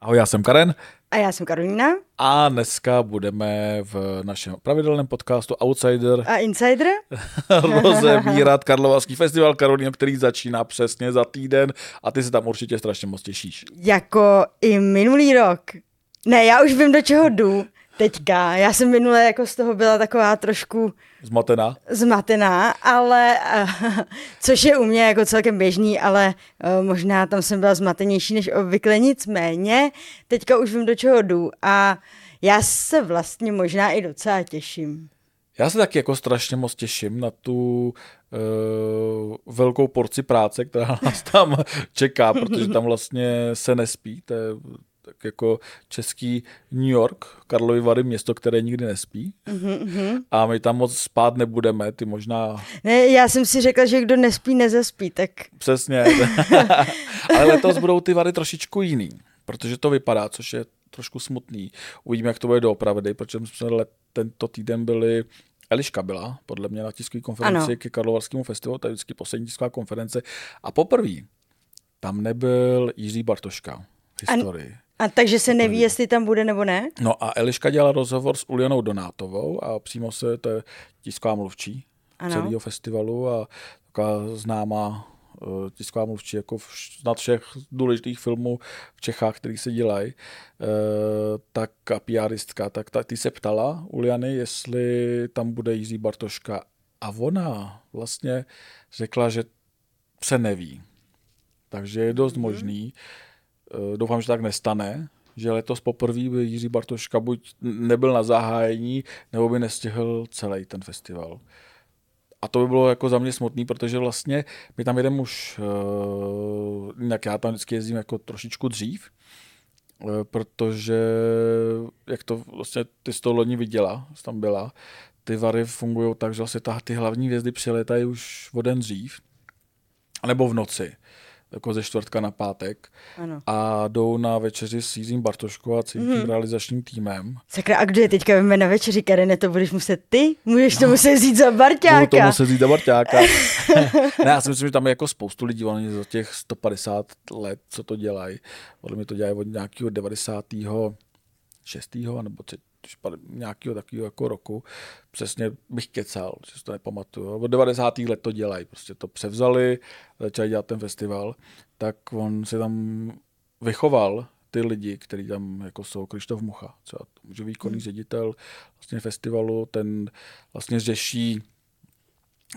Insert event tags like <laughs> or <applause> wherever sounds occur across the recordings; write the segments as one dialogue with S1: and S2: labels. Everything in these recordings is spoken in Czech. S1: Ahoj, já jsem Karen
S2: A já jsem Karolína
S1: a dneska budeme v našem pravidelném podcastu
S2: <laughs>
S1: Outsider
S2: a Insider.
S1: rozebírat Karlovarský festival Karolín, který začíná přesně za týden a ty se tam určitě strašně moc těšíš.
S2: Jako i minulý rok. Ne, já už vím, do čeho jdu teďka. Já jsem minule jako z toho byla taková trošku
S1: Zmatená?
S2: zmatená, ale eh, <laughs> což je u mě jako celkem běžný, ale eh, možná tam jsem byla zmatenější než obvykle, nicméně teďka už vím, do čeho jdu a já se vlastně možná i docela těším.
S1: Já se taky jako strašně moc těším na tu uh, velkou porci práce, která <laughs> nás tam čeká, protože tam vlastně se nespí. To je tak jako český New York, Karlovy Vary, město, které nikdy nespí. A my tam moc spát nebudeme, ty možná
S2: Ne, já jsem si řekla, že kdo nespí, nezaspí, tak <laughs>
S1: Přesně. Ale letos budou ty vady trošičku jiný, protože to vypadá, což je trošku smutný. Uvidíme, jak to bude doopravdy, protože my jsme let, tento týden byli Eliška byla, podle mě, na tiskové konferenci
S2: Ano.
S1: k Karlovarskému festivalu, to je vždycky poslední tisková konference. A poprvé tam nebyl Jiří Bartoška v
S2: An-
S1: historii.
S2: a takže se neví, jestli tam bude nebo ne.
S1: No a Eliška dělala rozhovor s Ulianou Donátovou a přímo se, to je tisková mluvčí
S2: Ano.
S1: celého festivalu a taková známá eh, tisková mluvčí jako v, snad všech důležitých filmů v Čechách, který se dělají, eh, tak a PRistka, tak ta, ty se ptala Uliany, jestli tam bude Jiří Bartoška a ona vlastně řekla, že se neví. Takže je dost možný, Eh, doufám, že tak nestane, že letos poprvé by Jiří Bartoška buď n- nebyl na zahájení, nebo by nestihl celý ten festival. A to by bylo jako za mě smutný, protože vlastně my tam jedeme už, eh, jinak já tam vždycky jezdím jako trošičku dřív, eh, protože jak to vlastně ty jsi to loni viděla, jsi tam byla, ty vary fungují tak, že vlastně ta, ty hlavní hvězdy přiletají už o den dřív, nebo v noci, jako ze čtvrtka na pátek
S2: Ano.
S1: a jdou na večeři s Jiřím Bartoškou a celým tím realizačním týmem.
S2: Sakra, a kdo je teďka veme na večeři, Karene, to budeš muset ty? Můžeš to muset vzít za
S1: No. Budu
S2: barťáka.
S1: tomu se zít Barťáka. <laughs> ne, já si myslím, že tam je jako spoustu lidí, oni za těch 150 let, co to dělají. Podle mě to dělají od nějakého 96. nebo tři- špa- nějakého takového jako roku. Přesně bych kecal, že si to nepamatuju. Od 90. let to dělají, prostě to převzali, začali dělat ten festival, tak on se tam vychoval ty lidi, kteří tam jako jsou Krištof Mucha, třeba může výkonný ředitel vlastně festivalu, ten vlastně řeší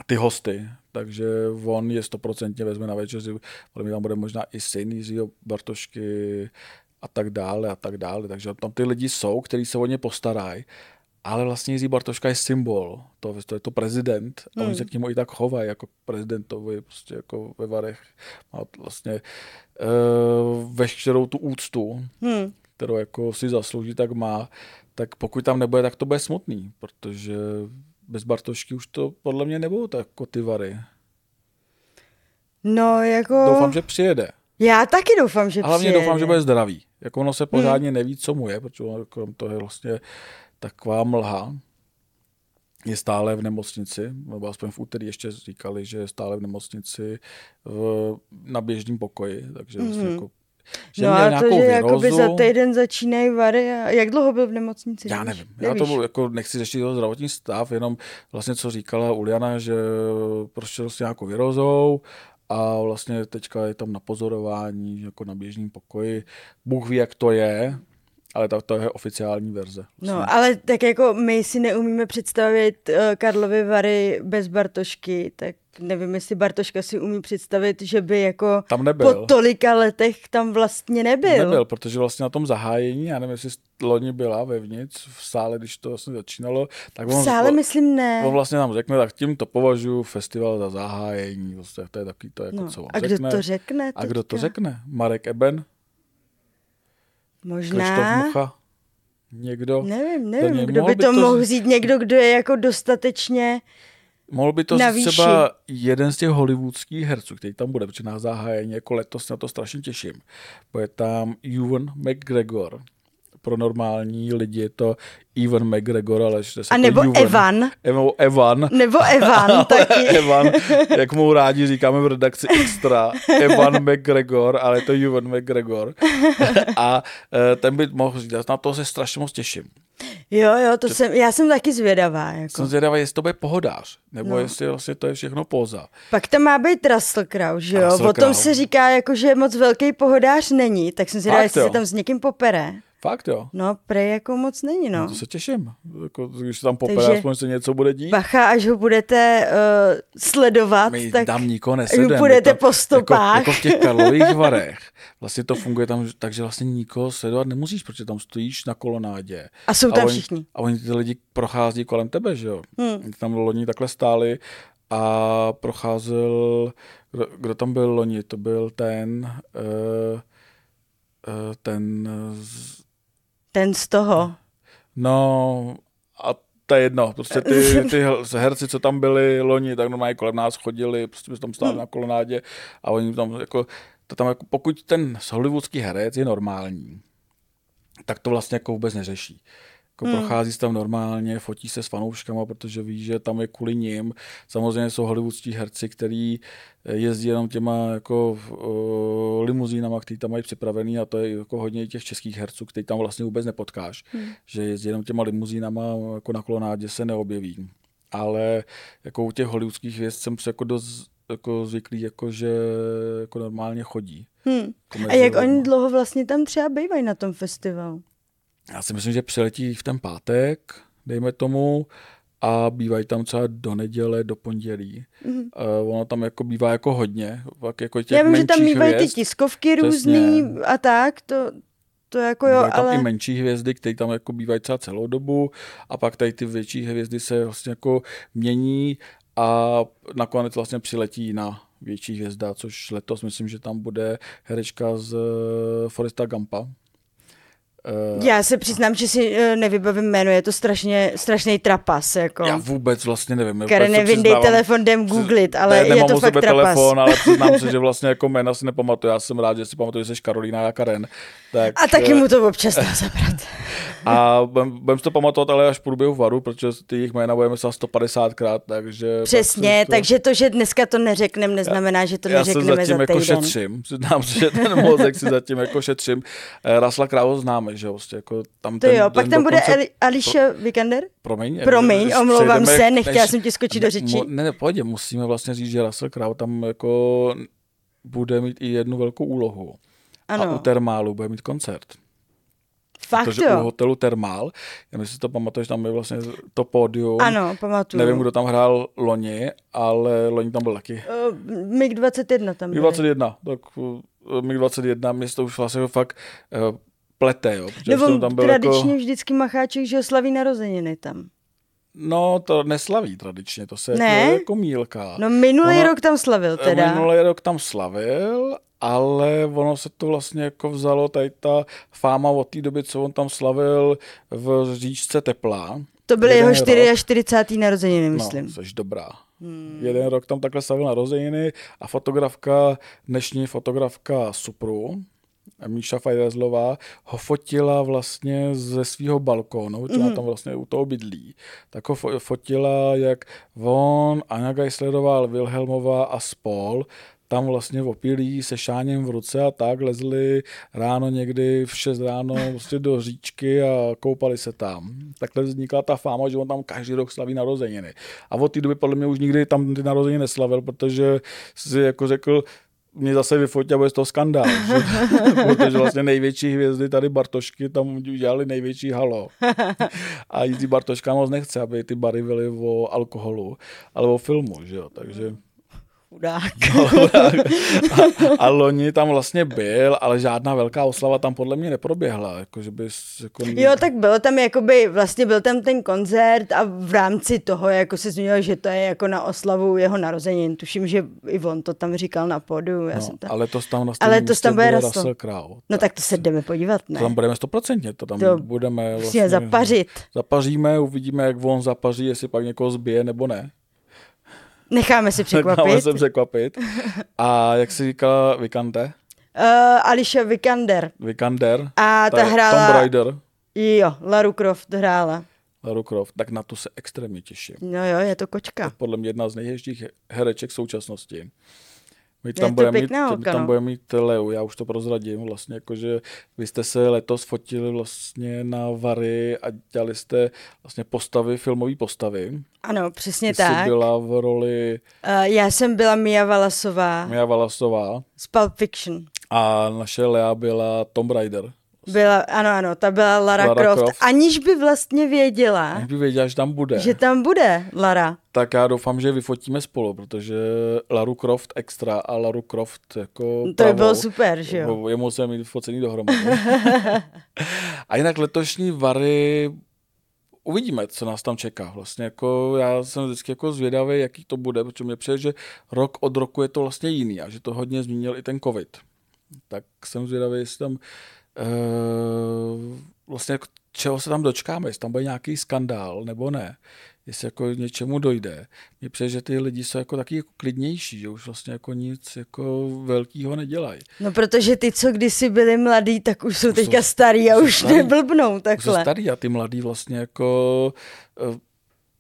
S1: ty hosty, takže on je stoprocentně vezme na večeři, podle mě tam bude možná i syn Jiřího Bartošky a tak dále a tak dále, takže tam ty lidi jsou, kteří se o ně postarají, ale vlastně Jiří Bartoška je symbol, to, to je to prezident a oni se k němu i tak chovají jako k prezidentovi, prostě jako ve Varech má vlastně uh, veškerou tu úctu,
S2: Hm.
S1: kterou jako si zaslouží, tak má, tak pokud tam nebude, tak to bude smutný, protože bez Bartošky už to podle mě nebudou tak jako ty vary.
S2: No, jako...
S1: Doufám, že přijede.
S2: Já taky doufám, že
S1: A hlavně
S2: přijede. no. Hmm.
S1: doufám, že bude zdravý. Jako ono se pořádně neví, co mu je, protože ono, krom toho je vlastně taková mlha. Je stále v nemocnici, nebo aspoň v úterý ještě říkali, že je stále v nemocnici v, na běžném pokoji, takže vlastně jako, že
S2: Mhm. no
S1: měl
S2: a to,
S1: nějakou
S2: že jakoby
S1: virózu.
S2: za týden začínají vary. A... Jak dlouho byl v nemocnici?
S1: Já
S2: víš?
S1: nevím. Já to jako nechci řešit jeho zdravotní stav, jenom vlastně, co říkala Uliana, že prošel s nějakou virozou a vlastně teďka je tam na pozorování, jako na běžném pokoji. Bůh ví, jak to je, ale to, to je oficiální verze.
S2: No, ale tak jako my si neumíme představit uh, Karlovy Vary bez Bartošky, tak nevím, jestli Bartoška si umí představit, že by jako
S1: Tam nebyl.
S2: po tolika letech tam vlastně nebyl.
S1: Nebyl, protože vlastně na tom zahájení, já nevím, jestli loni byla vevnitř v sále, když to vlastně začínalo, tak on,
S2: V sále myslím ne.
S1: on vlastně nám řekne, tak tím to považuji festival za zahájení, vlastně to je takový to, jako,
S2: No,
S1: co on
S2: a kdo
S1: řekne.
S2: to řekne
S1: A kdo to
S2: teďka?
S1: řekne? Marek Eben, Krištof
S2: Možná.
S1: Mucha? Někdo?
S2: Nevím,
S1: Do něj
S2: nevím, kdo
S1: mohl
S2: by to mohl
S1: z-
S2: vzít, někdo, kdo je jako dostatečně,
S1: Mohl by to
S2: na
S1: říct
S2: výši.
S1: třeba jeden z těch hollywoodských herců, který tam bude, protože na zahájení jako letos se na to strašně těším. Bude tam Ewan McGregor, pro normální lidi je to Ivan McGregor, ale že se
S2: A
S1: to
S2: nebo
S1: Ewan.
S2: Evan. No,
S1: Evo, Evan.
S2: Nebo
S1: <laughs>
S2: Evan taky.
S1: Evan, jak mu rádi říkáme v redakci extra, Evan McGregor, ale je to Ewan McGregor. A eh, ten by mohl říct, na to se strašně moc těším.
S2: Jo, jo, to jsem, já jsem taky zvědavá. Jako.
S1: Jsem zvědavý, jestli to bude pohodář, nebo no. jestli vlastně to je všechno póza.
S2: Pak tam má být Russell Crowe, že jo?
S1: Russell
S2: o tom
S1: Crowe.
S2: se říká, jako, že moc velký pohodář není, tak jsem zvědavá,
S1: Fakt,
S2: jestli
S1: jo.
S2: se tam s někým popere.
S1: Fakt jo.
S2: No, prej jako moc není, no.
S1: To se těším. Jako, když se tam popere,
S2: Takže-
S1: Takže... aspoň se něco bude dít.
S2: Bacha, až ho budete uh, sledovat,
S1: My
S2: tak
S1: tak tam nikoho nesledujeme.
S2: půjdete
S1: My tam-
S2: po stopách.
S1: Jako, jako v
S2: <laughs>
S1: těch Karlových varech. Vlastně to funguje tam, že- takže vlastně nikoho sledovat nemusíš, protože tam stojíš na kolonádě.
S2: A jsou tam
S1: oni,
S2: všichni.
S1: A oni ty lidi prochází kolem tebe, že jo? Hmm. Tam loni takhle stáli a procházel, kdo, kdo tam byl loni, to byl ten, uh, uh, ten, z,
S2: ten z toho.
S1: no a to je jedno, prostě ty, ty herci, co tam byli loni, tak normálně kolem nás chodili, prostě jsme tam stáli na kolonádě a oni tam jako, to tam jako, pokud ten hollywoodský herec je normální, tak to vlastně jako vůbec neřeší. Jako hmm. prochází se tam normálně, fotí se s fanouškama, protože ví, že tam je kvůli nim. Samozřejmě jsou hollywoodští herci, který jezdí jenom těma jako uh, limuzínama, který tam mají připravený a to je jako hodně i těch českých herců, který tam vlastně vůbec nepotkáš. Hmm. Že jezdí jenom těma limuzínama, jako na kolonádě se neobjeví. Ale jako u těch hollywoodských hvězd jsem se jako dost jako zvyklý, jako že jako normálně chodí.
S2: Hm.
S1: Jako
S2: A
S1: mezi
S2: jak oni
S1: lidma.
S2: dlouho vlastně tam třeba bývají na tom festivalu?
S1: Já si myslím, že přiletí v ten pátek, dejme tomu, a bývají tam třeba do neděle, do pondělí. Mm-hmm. Uh, ono tam jako bývá jako hodně. Pak jako těch
S2: Mhm. Já vím, že tam
S1: menších
S2: bývají ty
S1: hvězd,
S2: tiskovky
S1: Přesně.
S2: různý a tak, to, to jako jo,
S1: bývají tam
S2: ale...
S1: i menší hvězdy, které tam jako bývají třeba celou dobu a pak tady ty větší hvězdy se vlastně jako mění a nakonec vlastně přiletí na větší hvězda, což letos myslím, že tam bude herečka z eh, Foresta Gampa. Eh,
S2: Já se přiznám, že si eh, nevybavím jméno, je to strašně, strašný trapas, jako.
S1: Já vůbec vlastně nevím. já vůbec
S2: Karen,
S1: se
S2: nevyndej
S1: přiznávám.
S2: telefon, jdem googlit, ale
S1: ne,
S2: je
S1: nemám
S2: to
S1: u
S2: fakt
S1: sebe
S2: trapas.
S1: telefon, ale přiznám
S2: <laughs>
S1: se, že vlastně jako jména si nepamatuju. Já jsem rád, že si pamatuju, že jsi Karolína a Karen. Tak,
S2: A taky
S1: eh,
S2: mu to občas
S1: <laughs>
S2: dá zabrat.
S1: A budem, budem si to pamatovat, ale až v průběhu varu, protože ty jejich jména budeme psát 150krát, takže... tak
S2: Přesně,
S1: si to-
S2: takže to, že dneska to neřekneme, neznamená, že to
S1: já se
S2: neřekneme
S1: zatím
S2: za
S1: jako
S2: týden.
S1: šetřím, <laughs> přiznám se, že ten mozek si zatím jako šetřím. Eh, Rasla Krávo známe, že jo, prostě jako tam
S2: To
S1: ten,
S2: jo, pak
S1: ten
S2: tam bude
S1: dokonce-
S2: Eli- Ališa Vikander?
S1: Promiň,
S2: Promiň,
S1: než
S2: omlouvám
S1: přejdeme
S2: se,
S1: k-
S2: nechtěla jsem ti skočit do
S1: ne,
S2: řeči.
S1: mu- Ne, ne, pojď, musíme vlastně říct, že Russell Crowe tam jako bude mít i jednu velkou úlohu. A u
S2: Ano,
S1: Termálu bude mít koncert.
S2: fakt
S1: protože u
S2: jo.
S1: hotelu Termál, já myslím, že to pamatuješ, tam je vlastně to pódium.
S2: Ano, pamatuju.
S1: Nevím, kdo tam hrál loni, ale loni tam byl taky.
S2: Eh, MiG-21 tam byl.
S1: MiG-21, tak uh, MiG-21, mě se to už vlastně fakt uh, plete, jo. protože jsem
S2: Nebo
S1: tam byl
S2: tradičně
S1: jako,
S2: vždycky Macháček, že oslaví narozeniny tam.
S1: no to neslaví tradičně, to se
S2: Ne?
S1: jako, jako mílka.
S2: No minulý
S1: Ono-
S2: rok tam slavil teda.
S1: Eh, Minulý rok tam slavil, ale ono se to vlastně jako vzalo, tady ta fáma od té doby, co on tam slavil v říčce tepla.
S2: To byly
S1: Jeden
S2: jeho
S1: rok.
S2: 44. narozeniny, myslím.
S1: No, jsi dobrá. Hmm. Jeden rok tam takhle slavil narozeniny a fotografka, dnešní fotografka Supru, Míša Fajrezlová, ho fotila vlastně ze svého balkónu, která
S2: Mhm.
S1: tam vlastně u toho bydlí. Tak ho fo- fotila, jak on, Anja Geislerová, Wilhelmová a spol tam vlastně v opilí se šáněm v ruce a tak lezli ráno někdy v 6 ráno prostě do říčky a koupali se tam. Takhle vznikla ta fáma, že on tam každý rok slaví narozeniny. A od té doby podle mě už nikdy tam ty narozeniny neslavil, protože si jako řekl, mě zase vyfotí a bude z toho skandál. Že? <laughs> Protože vlastně největší hvězdy tady Bartošky tam udělali největší halo. A jízdí Bartoška moc nechce, aby ty bary byly o alkoholu, ale o filmu, že jo, takže...
S2: Chudák.
S1: <laughs> A loni tam vlastně byl, ale žádná velká oslava tam podle mě neproběhla, jako že bys... Jako...
S2: Jo, tak bylo tam jakoby, vlastně byl tam ten koncert a v rámci toho jako se zmínil, že to je jako na oslavu jeho narozenin. Tuším, že i on to tam říkal na pódiu. Já
S1: No,
S2: jsem tam...
S1: ale to tam na
S2: Ale
S1: stejném
S2: letos tam
S1: místě
S2: bude
S1: byl
S2: Russell.
S1: Russell Crowe.
S2: No tak to se jdeme podívat, ne?
S1: To tam budeme stoprocentně, to tam
S2: To
S1: budeme
S2: Musíme
S1: vlastně...
S2: zapařit.
S1: Zapaříme, uvidíme, jak on zapaří, jestli pak někoho zbije nebo ne. <laughs>
S2: Necháme si
S1: Necháme
S2: překvapit.
S1: se
S2: Uh,
S1: překvapit. A jak si říkala Vikante?
S2: Ališa Eh, Vikander.
S1: Vikander?
S2: A ta
S1: je
S2: hrála-
S1: Tomb Raider.
S2: Jo, Laru Croft hrála.
S1: Lara Croft, tak na to se extrémně těším.
S2: No jo, je to kočka.
S1: Podle mě jedna z nejhezčích hereček v současnosti. My
S2: to
S1: tam, budeme mít,
S2: pěkná
S1: my
S2: holka,
S1: tam
S2: no.
S1: budeme mít Leu, já už to prozradím, vlastně jakože vy jste se letos fotili vlastně na Vary a dělali jste vlastně postavy, filmové postavy.
S2: Ano, přesně
S1: Ty jsi
S2: tak. Byla...
S1: byla v roli
S2: Uh, já jsem byla Mia Valasová
S1: Mia Valasová
S2: z Pulp Fiction.
S1: a naše Lea byla Tomb Raider.
S2: Byla, ano, ano, ta byla Lara,
S1: Lara
S2: Croft,
S1: Croft.
S2: aniž by vlastně věděla,
S1: Aniž by věděla, že tam bude.
S2: že tam bude Lara.
S1: Tak já doufám, že vyfotíme spolu, protože Laru Croft extra a Laru Croft jako
S2: To by
S1: pravou.
S2: bylo super, že jo?
S1: Jo. Je moc mít focený
S2: <laughs>
S1: dohromady. a jinak letošní Vary uvidíme, co nás tam čeká. Vlastně jako já jsem vždycky jako zvědavý, jaký to bude, protože mě přijde, že rok od roku je to vlastně jiný a že to hodně změnil i ten covid. Tak jsem zvědavý, jestli tam uh, vlastně jako čeho se tam dočkáme, jestli tam bude nějaký skandál nebo ne, jestli jako k něčemu dojde. Mně přijde, že ty lidi jsou jako taky jako klidnější, že už vlastně jako nic jako velkého nedělají.
S2: No protože ty, co kdysi byli mladí, tak už jsou
S1: jsou-
S2: teďka starý a
S1: jsou
S2: už
S1: starý.
S2: neblbnou
S1: Už jsou
S2: takhle.
S1: starý a ty mladí vlastně jako uh,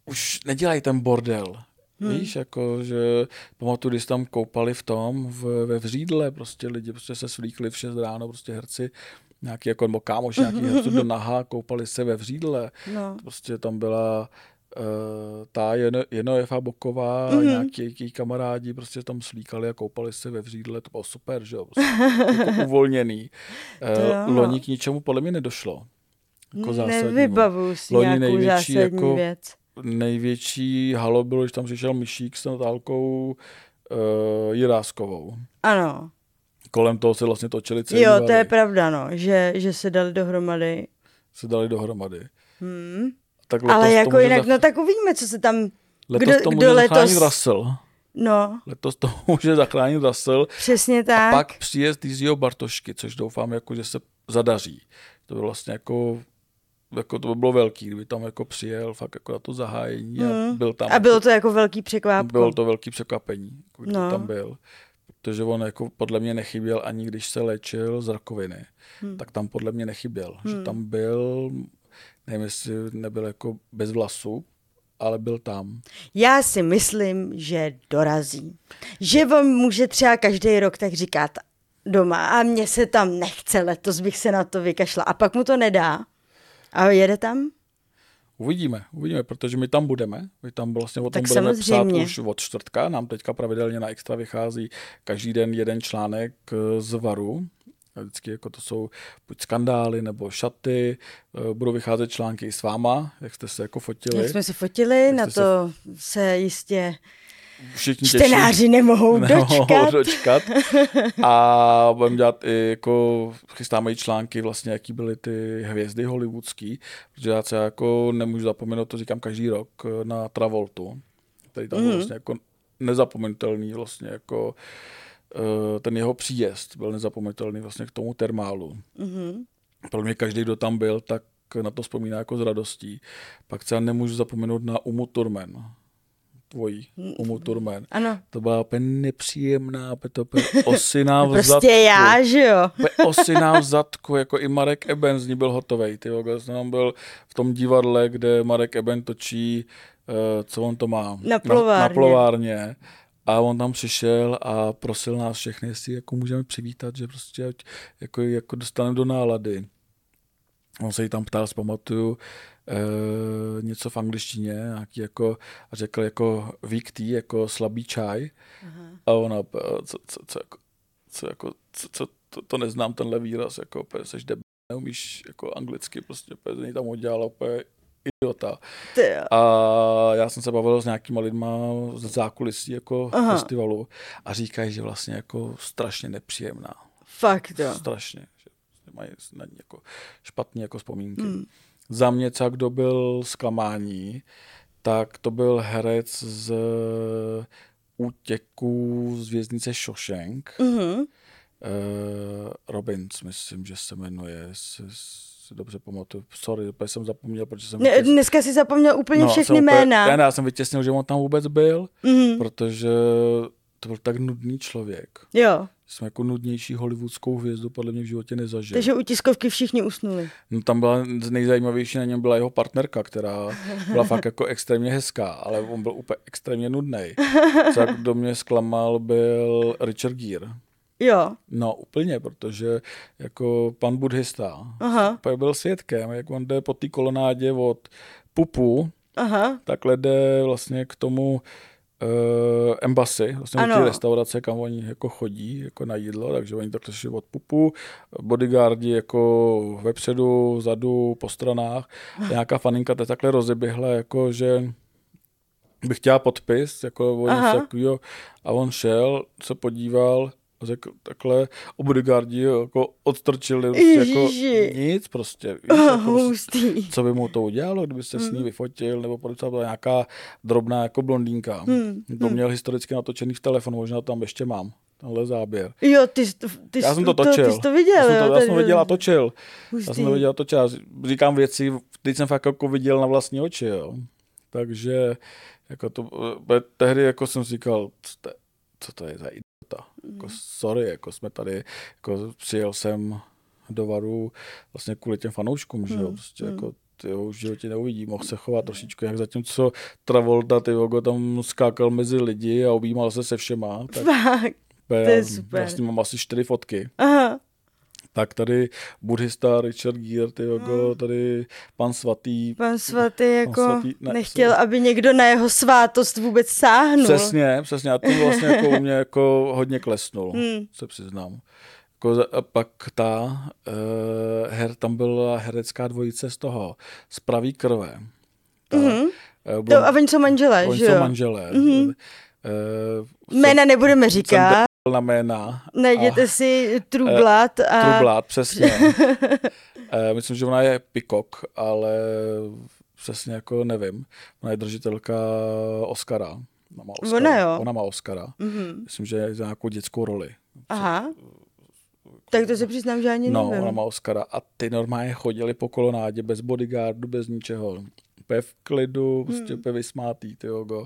S1: už nedělají ten bordel. Hmm. Víš, jako, že pamatuju, když tam koupali v tom, v, ve vřídle, prostě lidi prostě se svlíkli v 6 ráno, prostě herci, nějaký jako, nebo kámoš, nějaký herců
S2: <laughs>
S1: do naha, koupali se ve vřídle.
S2: No.
S1: Prostě tam byla uh, ta Jeno- Jenojefa Boková,
S2: Mhm.
S1: mm-hmm. nějaký její kamarádi, prostě tam slíkali a koupali se ve vřídle, to bylo super, že jo, prostě, jako
S2: <laughs>
S1: uvolněný.
S2: jo,
S1: Uh,
S2: no.
S1: loni k ničemu podle mě nedošlo. Jako zásadnímu.
S2: Nevybavuju si
S1: Loni
S2: nějakou
S1: největší
S2: zásadní
S1: jako-
S2: věc.
S1: Největší halo bylo, když tam přišel Myšík s Natálkou uh, Jiráskovou.
S2: Ano,
S1: Kolem toho se vlastně točili celý
S2: jo, to
S1: Vary,
S2: je pravda, no, že, že se dali dohromady.
S1: se dali dohromady.
S2: Hmm.
S1: Tak
S2: Ale
S1: to
S2: jako
S1: může
S2: jinak,
S1: zach-
S2: no tak uvidíme, co se tam,
S1: letos
S2: kdo-
S1: to
S2: kdo
S1: může zachránit
S2: letos-
S1: Russell.
S2: no,
S1: Letos to <laughs> může zachránit Russell.
S2: přesně
S1: A
S2: tak.
S1: pak příjezd Jiřího Bartošky, což doufám, jako, že se zadaří. To by vlastně jako, jako to by bylo velký, kdyby tam jako přijel fakt jako na to zahájení a
S2: Hmm.
S1: byl tam.
S2: a bylo
S1: jako,
S2: to jako velký překvápko.
S1: bylo to velký překvapení, jako, když
S2: No.
S1: tam byl. Protože on jako podle mě nechyběl ani když se léčil z rakoviny. Hmm. Tak tam podle mě nechyběl. Hmm. Že tam byl, nevím jestli nebyl jako bez vlasů, ale byl tam.
S2: Já si myslím, že dorazí. Že vám může třeba každý rok tak říkat doma a mně se tam nechce, letos bych se na to vykašla. A pak mu to nedá a jede tam.
S1: Uvidíme, uvidíme, protože my tam budeme. My tam vlastně o tom
S2: Tak
S1: budeme
S2: samozřejmě.
S1: psát už od čtvrtka. Nám teďka pravidelně na Extra vychází každý den jeden článek eh, z Varu. A Vždycky jako to jsou buď skandály nebo šaty. Eh, Budou vycházet články i s váma, jak jste se jako fotili.
S2: Jak jsme se fotili,
S1: Jak
S2: na
S1: jste
S2: to se jistě
S1: Všichni
S2: čtenáři nemohou
S1: nemohou
S2: dočkat.
S1: dočkat. No, A budeme dělat i jako, chystáme i články vlastně, jaký byly ty hvězdy hollywoodský, protože já se jako nemůžu zapomenout, to říkám každý rok, na Travoltu, který tam mm. vlastně jako nezapomenutelný vlastně jako eh, ten jeho příjezd byl nezapomenutelný vlastně k tomu termálu.
S2: Mhm.
S1: Pro mě každý, kdo tam byl, tak na to vzpomíná jako s radostí. Pak třeba nemůžu zapomenout na Umu Turmen. Tvojí Umu Turmen.
S2: Ano,
S1: To byla úplně nepříjemná, pe- to úplně osiná v zadku.
S2: prostě já, že jo.
S1: Úplně osiná v zadku, jako i Marek Eben z ní byl hotovej. Ty vole, jsem tam byl v tom divadle, kde Marek Eben točí, eh, co on to má?
S2: Na plovárně.
S1: Na, na plovárně. A on tam přišel a prosil nás všechny, jestli jako můžeme přivítat, že prostě ať jako, jako dostane do nálady. On se jí tam ptal, si pamatuju, eh, něco v angličtině, nějaký jako, a řekl jako weak tea, jako slabý čaj. A ona, p- co, co, co, jako, co, jako, co, co to, to, neznám tenhle výraz, jako, úplně seš deb, neumíš jako anglicky, prostě, úplně z něj tam udělala, úplně idiota.
S2: Ty jo.
S1: A já jsem se bavil s nějakýma lidma z zákulisí jako
S2: Aha.
S1: festivalu a říkají, že vlastně jako strašně nepříjemná.
S2: Fakt jo.
S1: Strašně. Že prostě mají na ní jako špatné jako vzpomínky.
S2: Hmm. Mhm.
S1: Mm. Za mě třeba kdo byl zklamání, tak to byl herec z eh, útěku z věznice Shawshank.
S2: Mhm.
S1: Eh, Robbins, myslím, že se jmenuje, si, si dobře pamatuju. Sorry, úplně jsem zapomněl, protože jsem...
S2: Ne,
S1: vytěsnil-
S2: Dneska si zapomněl úplně
S1: No, jsem
S2: všechny
S1: úplně-
S2: jména.
S1: Ne, ne, já jsem vytěsnil, že on tam vůbec byl,
S2: Mhm.
S1: protože to byl tak nudný člověk.
S2: Jo,
S1: Jsme jako nudnější hollywoodskou hvězdu podle mě v životě nezažil.
S2: Takže u tiskovky všichni usnuli.
S1: No, tam byla nejzajímavější na něm byla jeho partnerka, která byla fakt jako extrémně hezká, ale on byl úplně extrémně nudný. Co jako do mě zklamal byl Richard Gere.
S2: Jo,
S1: No úplně, protože jako pan buddhista
S2: Aha.
S1: úplně byl svědkem, jak on jde po té kolonádě od pupu,
S2: aha,
S1: takhle jde vlastně k tomu uh, embassy, vlastně ano. do
S2: Ano.
S1: té restaurace, kam oni jako chodí jako na jídlo, takže oni takhle šli od pupu, bodyguardi jako vepředu, vzadu, po stranách, nějaká faninka to takhle rozeběhla, jako že bych chtěla podpis, jako o
S2: Aha.
S1: něco takovýho. A on šel, se podíval, a řekl takhle, o bodyguardi jako odstrčili, prostě jako
S2: Ježiši.
S1: nic prostě. Víš,
S2: aha,
S1: jako prostě
S2: hustý.
S1: co by mu to udělalo, kdyby se s ní vyfotil, nebo proč byla nějaká drobná jako blondýnka. To měl historicky natočený v telefonu, možná to tam ještě mám, tenhle záběr.
S2: Jo, ty, jsi to- ty, jsi
S1: Já jsem to
S2: to,
S1: točil.
S2: Ty jsi to viděl,
S1: já jsem
S2: jo?
S1: to, já jsem to
S2: tady-
S1: viděl a točil. Já
S2: Hustý.
S1: jsem to viděl a točil. Já říkám věci, teď jsem fakt jako viděl na vlastní oči, jo. Takže jako to, eh, tehdy jako jsem si říkal, co to, co to je za idiota. Jako
S2: Mm.
S1: sorry, jako jsme tady, jako přijel jsem do varu vlastně kvůli těm fanouškům, že jo,
S2: Mm,
S1: prostě jako ty ho už v životě neuvidí, mohl se chovat trošičku, jak zatímco Travolta, ty Vogo tam skákal mezi lidi a objímal se se všema,
S2: <laughs>
S1: tak
S2: Fakt,
S1: to
S2: je super.
S1: Vlastně mám asi čtyři fotky.
S2: aha,
S1: Tak tady buddhista Richard Gere, ty Vogo,
S2: Hmm.
S1: tady pan svatý,
S2: pan svatý jako
S1: svatý, ne,
S2: nechtěl,
S1: sorry.
S2: aby někdo na jeho svátost vůbec sáhnul.
S1: Přesně, přesně. A to vlastně jako u mě jako hodně klesnul,
S2: Hmm.
S1: se přiznám. Jako za- a pak ta uh, her, tam byla herecká dvojice z toho, z pravý krve. Ta,
S2: Mhm.
S1: mm-hmm. uh,
S2: To, a oni jsou manželé,
S1: oni
S2: že
S1: jsou
S2: jo?
S1: manželé.
S2: Mhm.
S1: Mm-hmm. Uh,
S2: Jména nebudeme
S1: Jsem
S2: říkat.
S1: trpěl na jména.
S2: Najděte
S1: eh,
S2: si True Blood a...
S1: a... Trublát,
S2: <laughs>
S1: přesně. Eh, Myslím, že ona je Pikok, ale přesně jako nevím. Ona je držitelka Oscara. Ona má Oscara.
S2: Ona jo.
S1: Ona má Oscara.
S2: Mhm.
S1: Myslím, že je za nějakou dětskou roli.
S2: Aha. Tak to se přiznám, že ani
S1: No,
S2: nevím.
S1: ona má Oscara a ty normálně chodili po kolonádě bez bodyguardu, bez ničeho. Úplně v klidu,
S2: Hmm.
S1: prostě úplně vysmátý, ty go.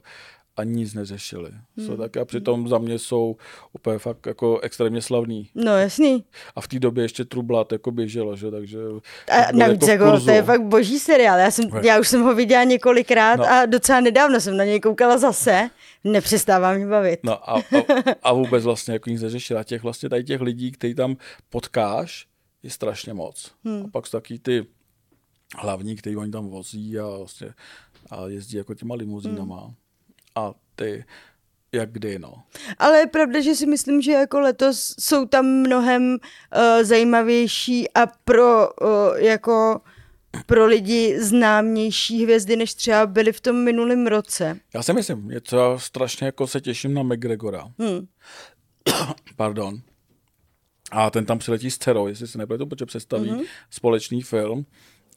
S1: A nic neřešili. Hmm. Tak a přitom za mě jsou úplně fakt jako extrémně slavný.
S2: No jasný.
S1: A v té době ještě Trublat jako běželo, že? takže...
S2: A
S1: byl
S2: navíc
S1: v
S2: jako,
S1: kurzu.
S2: to je fakt boží seriál. Já, jsem,
S1: Fakt.
S2: já už jsem ho viděla několikrát
S1: No.
S2: a docela nedávno jsem na něj koukala zase. Nepřestává mě bavit.
S1: No a, a, a vůbec vlastně jako nic neřešila. Těch vlastně tady těch lidí, který tam potkáš, je strašně moc. Hmm. A pak jsou taky ty hlavní, který oni tam vozí a vlastně a jezdí jako těma limuzínama. Hmm. A ty, jak kdy, no.
S2: Ale je pravda, že si myslím, že jako letos jsou tam mnohem uh, zajímavější a pro uh, jako pro lidi známější hvězdy, než třeba byly v tom minulém roce.
S1: Já si myslím, je to já strašně jako se těším na McGregora.
S2: Hmm.
S1: <coughs> Pardon. A ten tam přiletí s dcerou, jestli se nepletu, protože představí
S2: Mhm.
S1: mm-hmm. společný film.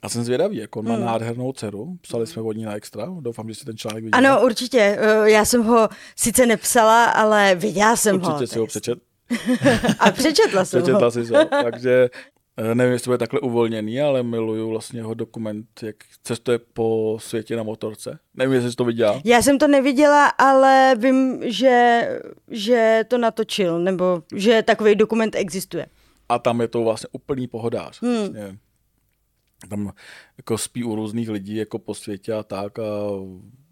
S1: A jsem zvědavý, jako on má
S2: Hmm.
S1: mm. nádhernou dceru. Psali jsme od ní na extra. Doufám, že si ten článek viděl.
S2: Ano, určitě. Uh, já jsem ho sice nepsala, ale viděla jsem ho.
S1: Určitě si ho
S2: tak-
S1: přečet.
S2: A přečetla jsem ho.
S1: Přečetla si
S2: <laughs>
S1: ho, takže eh, nevím, jestli bude takhle uvolněný, ale miluju vlastně jeho dokument, jak cestuje po světě na motorce. Nevím, jestli jsi to viděla.
S2: Já jsem to neviděla, ale vím, že, že to natočil, nebo že takový dokument existuje.
S1: A tam je to vlastně úplný pohodář. Hmm. Vlastně. Tam jako spí u různých lidí jako po světě a tak a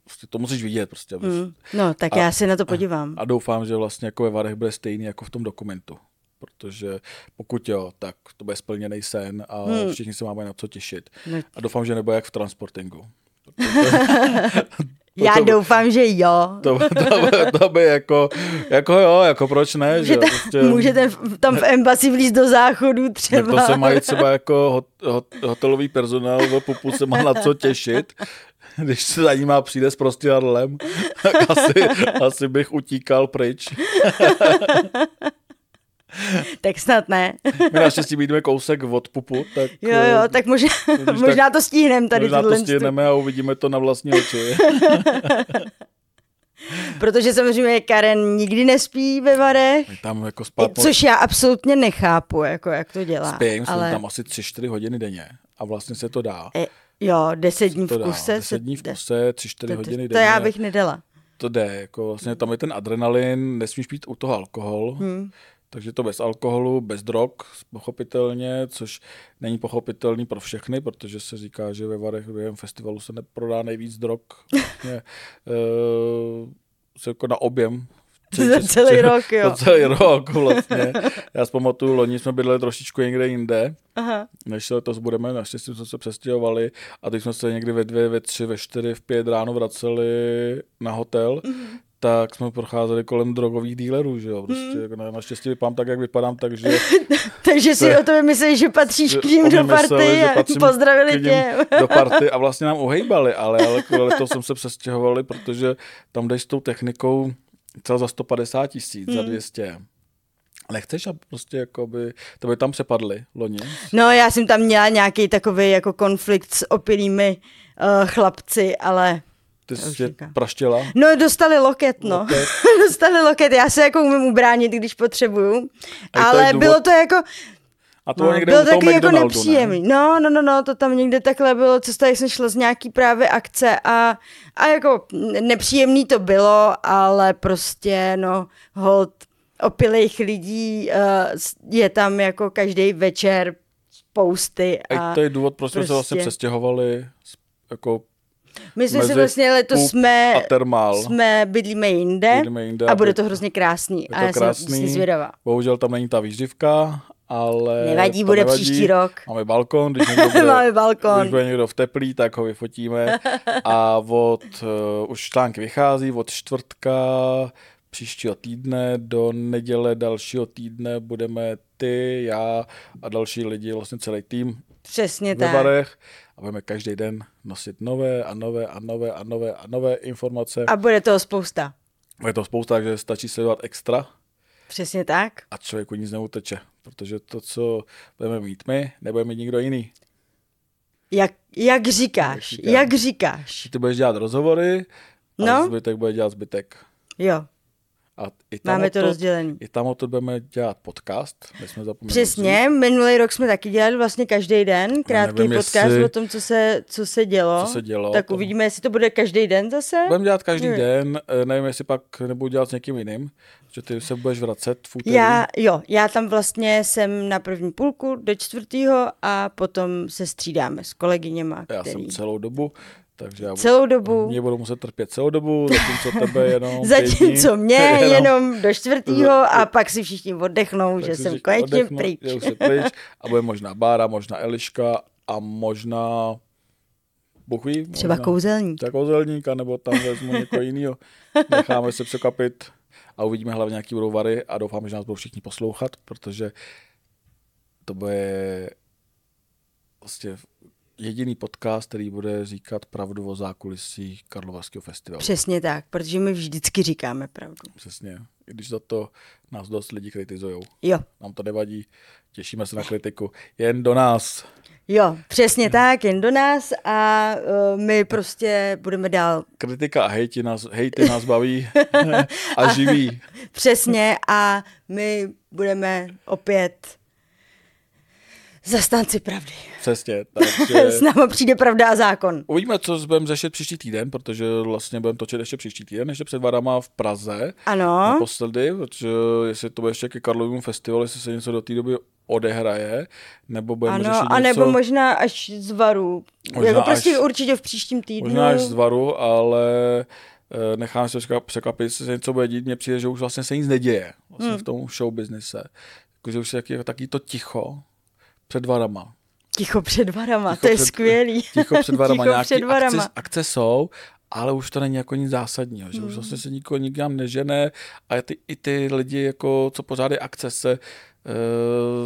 S1: prostě to musíš vidět prostě. Hmm.
S2: No, tak
S1: A-
S2: já se na to podívám.
S1: A doufám, že vlastně jako ve Varech bude stejný jako v tom dokumentu. Protože pokud jo, tak to bude splněný sen a hmm. všichni se máme na co těšit.
S2: No.
S1: A doufám, že nebude jak v transportingu.
S2: Já
S1: to-
S2: doufám, že jo.
S1: To, <laughs> to, by- to by jako, jako jo, jako proč ne, <laughs> že
S2: Že
S1: jo,
S2: tam,
S1: prostě,
S2: můžete v- tam v embassy vlíz do záchodu
S1: tak
S2: třeba.
S1: to se mají třeba jako hot, hot, hotelový personál ve pupu se má na co těšit, když se za ním má přijde s prostěradlem, tak asi, asi bych utíkal pryč.
S2: Tak snad ne.
S1: My naštěstí bydlíme kousek od pupu, tak
S2: Jo, jo,
S1: <laughs>
S2: tak možná,
S1: tak-
S2: možná to
S1: tady
S2: stihneme tady
S1: Jako- možná to
S2: tuhle tu-
S1: stihneme a uvidíme to na vlastní
S2: <laughs>
S1: oči.
S2: Protože samozřejmě Karen nikdy nespí ve varech,
S1: Tam jako spát moc
S2: což já absolutně nechápu, jako jak to dělá.
S1: spím, ale...
S2: ale...
S1: tam asi 3-4 hodiny denně a vlastně se to dá.
S2: E, Jo, deset dní
S1: To
S2: v
S1: dá,
S2: kuse.
S1: 10
S2: se-
S1: dní v
S2: de-
S1: kuse, 3-4
S2: to,
S1: hodiny
S2: to,
S1: denně.
S2: to já bych nedala.
S1: to jde, jako vlastně tam je ten adrenalin, nesmíš pít u toho alkohol, hmm. Takže to bez alkoholu, bez drog, pochopitelně, což není pochopitelný pro všechny, protože se říká, že ve Varech během festivalu se neprodá nejvíc drog.
S2: <laughs>
S1: Vlastně, uh, se jako na objem
S2: Za celý rok, jo.
S1: po celý rok vlastně. Já si pamatuju, loni jsme bydleli trošičku někde jinde,
S2: Aha.
S1: než se letos budeme, naštěstí jsme se přestěhovali a teď jsme se někdy ve dvě, ve tři, ve čtyři, v pět ráno vraceli na hotel,
S2: Mhm.
S1: tak jsme procházeli kolem drogových dílerů, že jo, prostě jako na, naštěstí vypadám tak, jak vypadám,
S2: <laughs>
S1: takže
S2: Takže si o tobě myslíš, že patříš k ním
S1: oni
S2: do
S1: mysleli,
S2: party
S1: že
S2: a jako
S1: patřím
S2: pozdravili
S1: k nim
S2: tě.
S1: Do
S2: <laughs>
S1: party a vlastně nám ohejbali, ale, ale kvůli to jsem se přestěhovali, protože tam jdeš s tou technikou třeba za 150 tisíc,
S2: Mhm.
S1: za 200. Nechceš a prostě jakoby, to by tam přepadli loni.
S2: No, já jsem tam měla nějaký takový jako konflikt s opilými uh, chlapci, ale
S1: Ty
S2: To už
S1: jsi je
S2: říká.
S1: praštěla.
S2: No, dostali loket, no.
S1: Loket.
S2: <laughs> dostali loket, já se jako umím ubránit, když potřebuju.
S1: A je to
S2: Ale
S1: i důvod-
S2: bylo to jako,
S1: A to
S2: no,
S1: no, někde
S2: bylo
S1: u toho
S2: taky jako
S1: McDonaldu,
S2: nepříjemný. No, no, no, no, to tam někde takhle bylo, cesta, jak jsem šla z nějaký právě akce a, a jako n- nepříjemný to bylo, ale prostě, no, hold opilých lidí eh, s- je tam jako každý večer spousty
S1: Ne?
S2: a
S1: A to je důvod, proč jsme se vlastně
S2: prostě-
S1: přestěhovali s- jako
S2: my jsme
S1: mezi
S2: si vlastně letos
S1: pub
S2: jsme,
S1: a termál.
S2: jsme bydlíme jinde,
S1: Bydlíme jinde
S2: a
S1: a
S2: bude
S1: bude-
S2: to hrozně krásný
S1: Je
S2: a já
S1: to
S2: jsem jsem
S1: krásný.
S2: zvědavá.
S1: Bohužel tam není ta výždivka, ale...
S2: Nevadí,
S1: to
S2: bude příští rok.
S1: Máme balkon,
S2: <laughs>
S1: když někdo bude,
S2: Máme balkon.
S1: Když bude někdo v teplý, tak ho vyfotíme. A od, uh, už článk vychází, od čtvrtka příštího týdne do neděle dalšího týdne budeme ty, já a další lidi, vlastně celý tým
S2: Přesně
S1: ve
S2: tak.
S1: barech a budeme každý den nosit nové a nové a nové a nové a nové informace.
S2: A bude toho spousta.
S1: Je to spousta, takže stačí sledovat extra
S2: Přesně tak.
S1: a člověku nic neuteče, protože to, co budeme mít my, nebude mít nikdo jiný.
S2: Jak, jak říkáš,
S1: Jak říkám.
S2: jak říkáš.
S1: Ty budeš dělat rozhovory, a
S2: No.
S1: no. zbytek bude dělat zbytek.
S2: Jo,
S1: A i tam
S2: máme to
S1: odtud-
S2: rozdělený.
S1: I tam o to budeme dělat podcast, my jsme zapomněli. vzít.
S2: Přesně, minulý rok jsme taky dělali vlastně každý den krátký
S1: nevím,
S2: podcast
S1: jestli-
S2: o tom, co se, co se dělo.
S1: Co se dělo,
S2: Tak
S1: to-
S2: uvidíme, jestli to bude každý den zase.
S1: Budeme dělat každý
S2: Nevím.
S1: den, eh, nevím, jestli pak nebudu dělat s někým jiným, že ty se budeš vracet v úterý.
S2: Já, jo, já tam vlastně jsem na první půlku do čtvrtýho a potom se střídáme s kolegyněma,
S1: já
S2: který...
S1: jsem celou dobu, takže já
S2: celou dobu,
S1: mě budu muset trpět celou dobu, zatímco tebe
S2: <laughs>
S1: jenom pět dní. <laughs>
S2: zatímco mě jenom, do čtvrtýho a pak si všichni oddechnou,
S1: Tak
S2: že
S1: si
S2: jsem
S1: říkám,
S2: konečně
S1: oddechnu,
S2: pryč.
S1: Já už jsem pryč a bude možná Bára, možná Eliška a možná Bůh ví,
S2: Třeba
S1: možná,
S2: kouzelník.
S1: třeba kouzelníka, jako nebo tam vezmu někoho jiného. Necháme se překvapit a uvidíme hlavně, jaký budou vary a doufám, že nás budou všichni poslouchat, protože to bude vlastně jediný podcast, který bude říkat pravdu o zákulisí Karlovarského festivalu.
S2: Přesně tak, protože my vždycky říkáme pravdu.
S1: Přesně. I když za to nás dost lidí kritizují.
S2: Jo,
S1: Nám to nevadí, těšíme se na kritiku. Jen do nás.
S2: jo, přesně tak, jen do nás a uh, my prostě budeme dál
S1: Kritika a hejty nás, hejty nás baví a živí.
S2: přesně a my budeme opět zastánci pravdy.
S1: Přesně. Takže
S2: <laughs> S náma přijde pravda a zákon.
S1: uvidíme, co budeme řešit příští týden, protože vlastně budeme točit ještě příští týden, ještě před Varama v Praze.
S2: Ano,
S1: Naposledy, protože jestli to bude ještě ke Karlovému festivalu, jestli se něco do té doby odehraje, nebo budeme řešit
S2: ano,
S1: něco...
S2: a nebo možná až z varu.
S1: Možná
S2: jako prostě
S1: až-
S2: určitě v příštím týdnu.
S1: Možná až z varu, ale eh, nechám se překvap- překvapit, jestli se něco bude dít. Mně přijde, že už vlastně se nic neděje vlastně
S2: Hmm.
S1: v tom show biznise. Takže už je taky, taky to ticho před varama.
S2: Ticho před varama,
S1: Ticho
S2: to je
S1: před-
S2: skvělý.
S1: Ticho
S2: <laughs>
S1: před varama.
S2: Ticho
S1: Nějaký
S2: před varama.
S1: Akce, akce jsou, ale už to není jako nic zásadního,
S2: Hmm.
S1: že už vlastně se nikoho nikam nežene a ty, i ty lidi, jako, co pořádají akce, se e,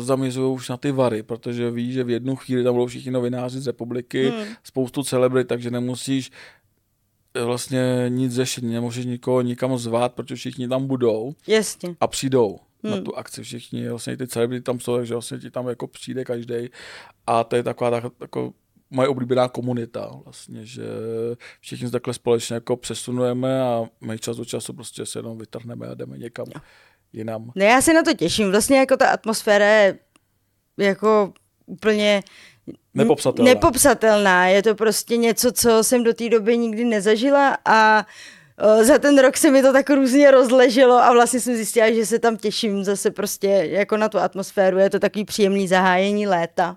S1: zaměřují už na ty vary, protože ví, že v jednu chvíli tam budou všichni novináři z republiky,
S2: Hmm.
S1: spoustu celebrit, takže nemusíš eh, vlastně nic řešit, nemusíš nikoho nikam zvát, protože všichni tam budou
S2: Jasně.
S1: a přijdou na tu akci všichni, vlastně ty celebrity tam jsou, takže vlastně ti tam jako přijde každý a to je taková tak, jako moje oblíbená komunita vlastně, že všichni se takhle společně jako přesunujeme a my čas od času prostě se jenom vytrhneme a jdeme někam jinam.
S2: No já se na to těším. Vlastně jako ta atmosféra je jako úplně
S1: Nepopsatelná.
S2: nepopsatelná. Je to prostě něco, co jsem do té doby nikdy nezažila a eh, za ten rok se mi to tak různě rozleželo a vlastně jsem zjistila, že se tam těším zase prostě jako na tu atmosféru. Je to takový příjemný zahájení léta.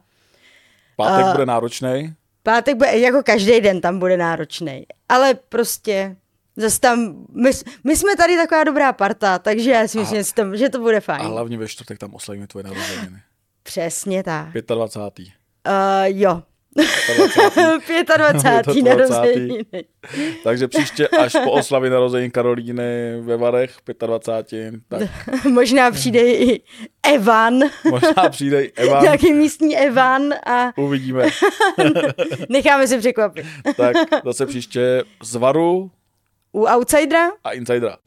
S1: Pátek
S2: A-
S1: bude náročný.
S2: Pátek bude, jako každý den tam bude náročný, ale prostě zase tam, my, s- my jsme tady taková dobrá parta, takže já si myslím, že, tam, že to bude
S1: A
S2: fajn.
S1: hlavně ve čtvrtek tam oslavíme tvoje narozeniny.
S2: Přesně tak.
S1: 25.
S2: Uh, jo.
S1: 25.
S2: 25.
S1: 25.
S2: narozeniny.
S1: <laughs>
S2: <laughs>
S1: Takže příště až po oslavě narození Karolíny ve Varech 25. Tak
S2: <laughs> Možná přijde i Evan,
S1: možná přijde i Evan,
S2: <laughs> nějaký místní Evan a
S1: uvidíme.
S2: necháme se překvapit.
S1: Tak zase příště z Varu
S2: U Outsidera
S1: a Insidera.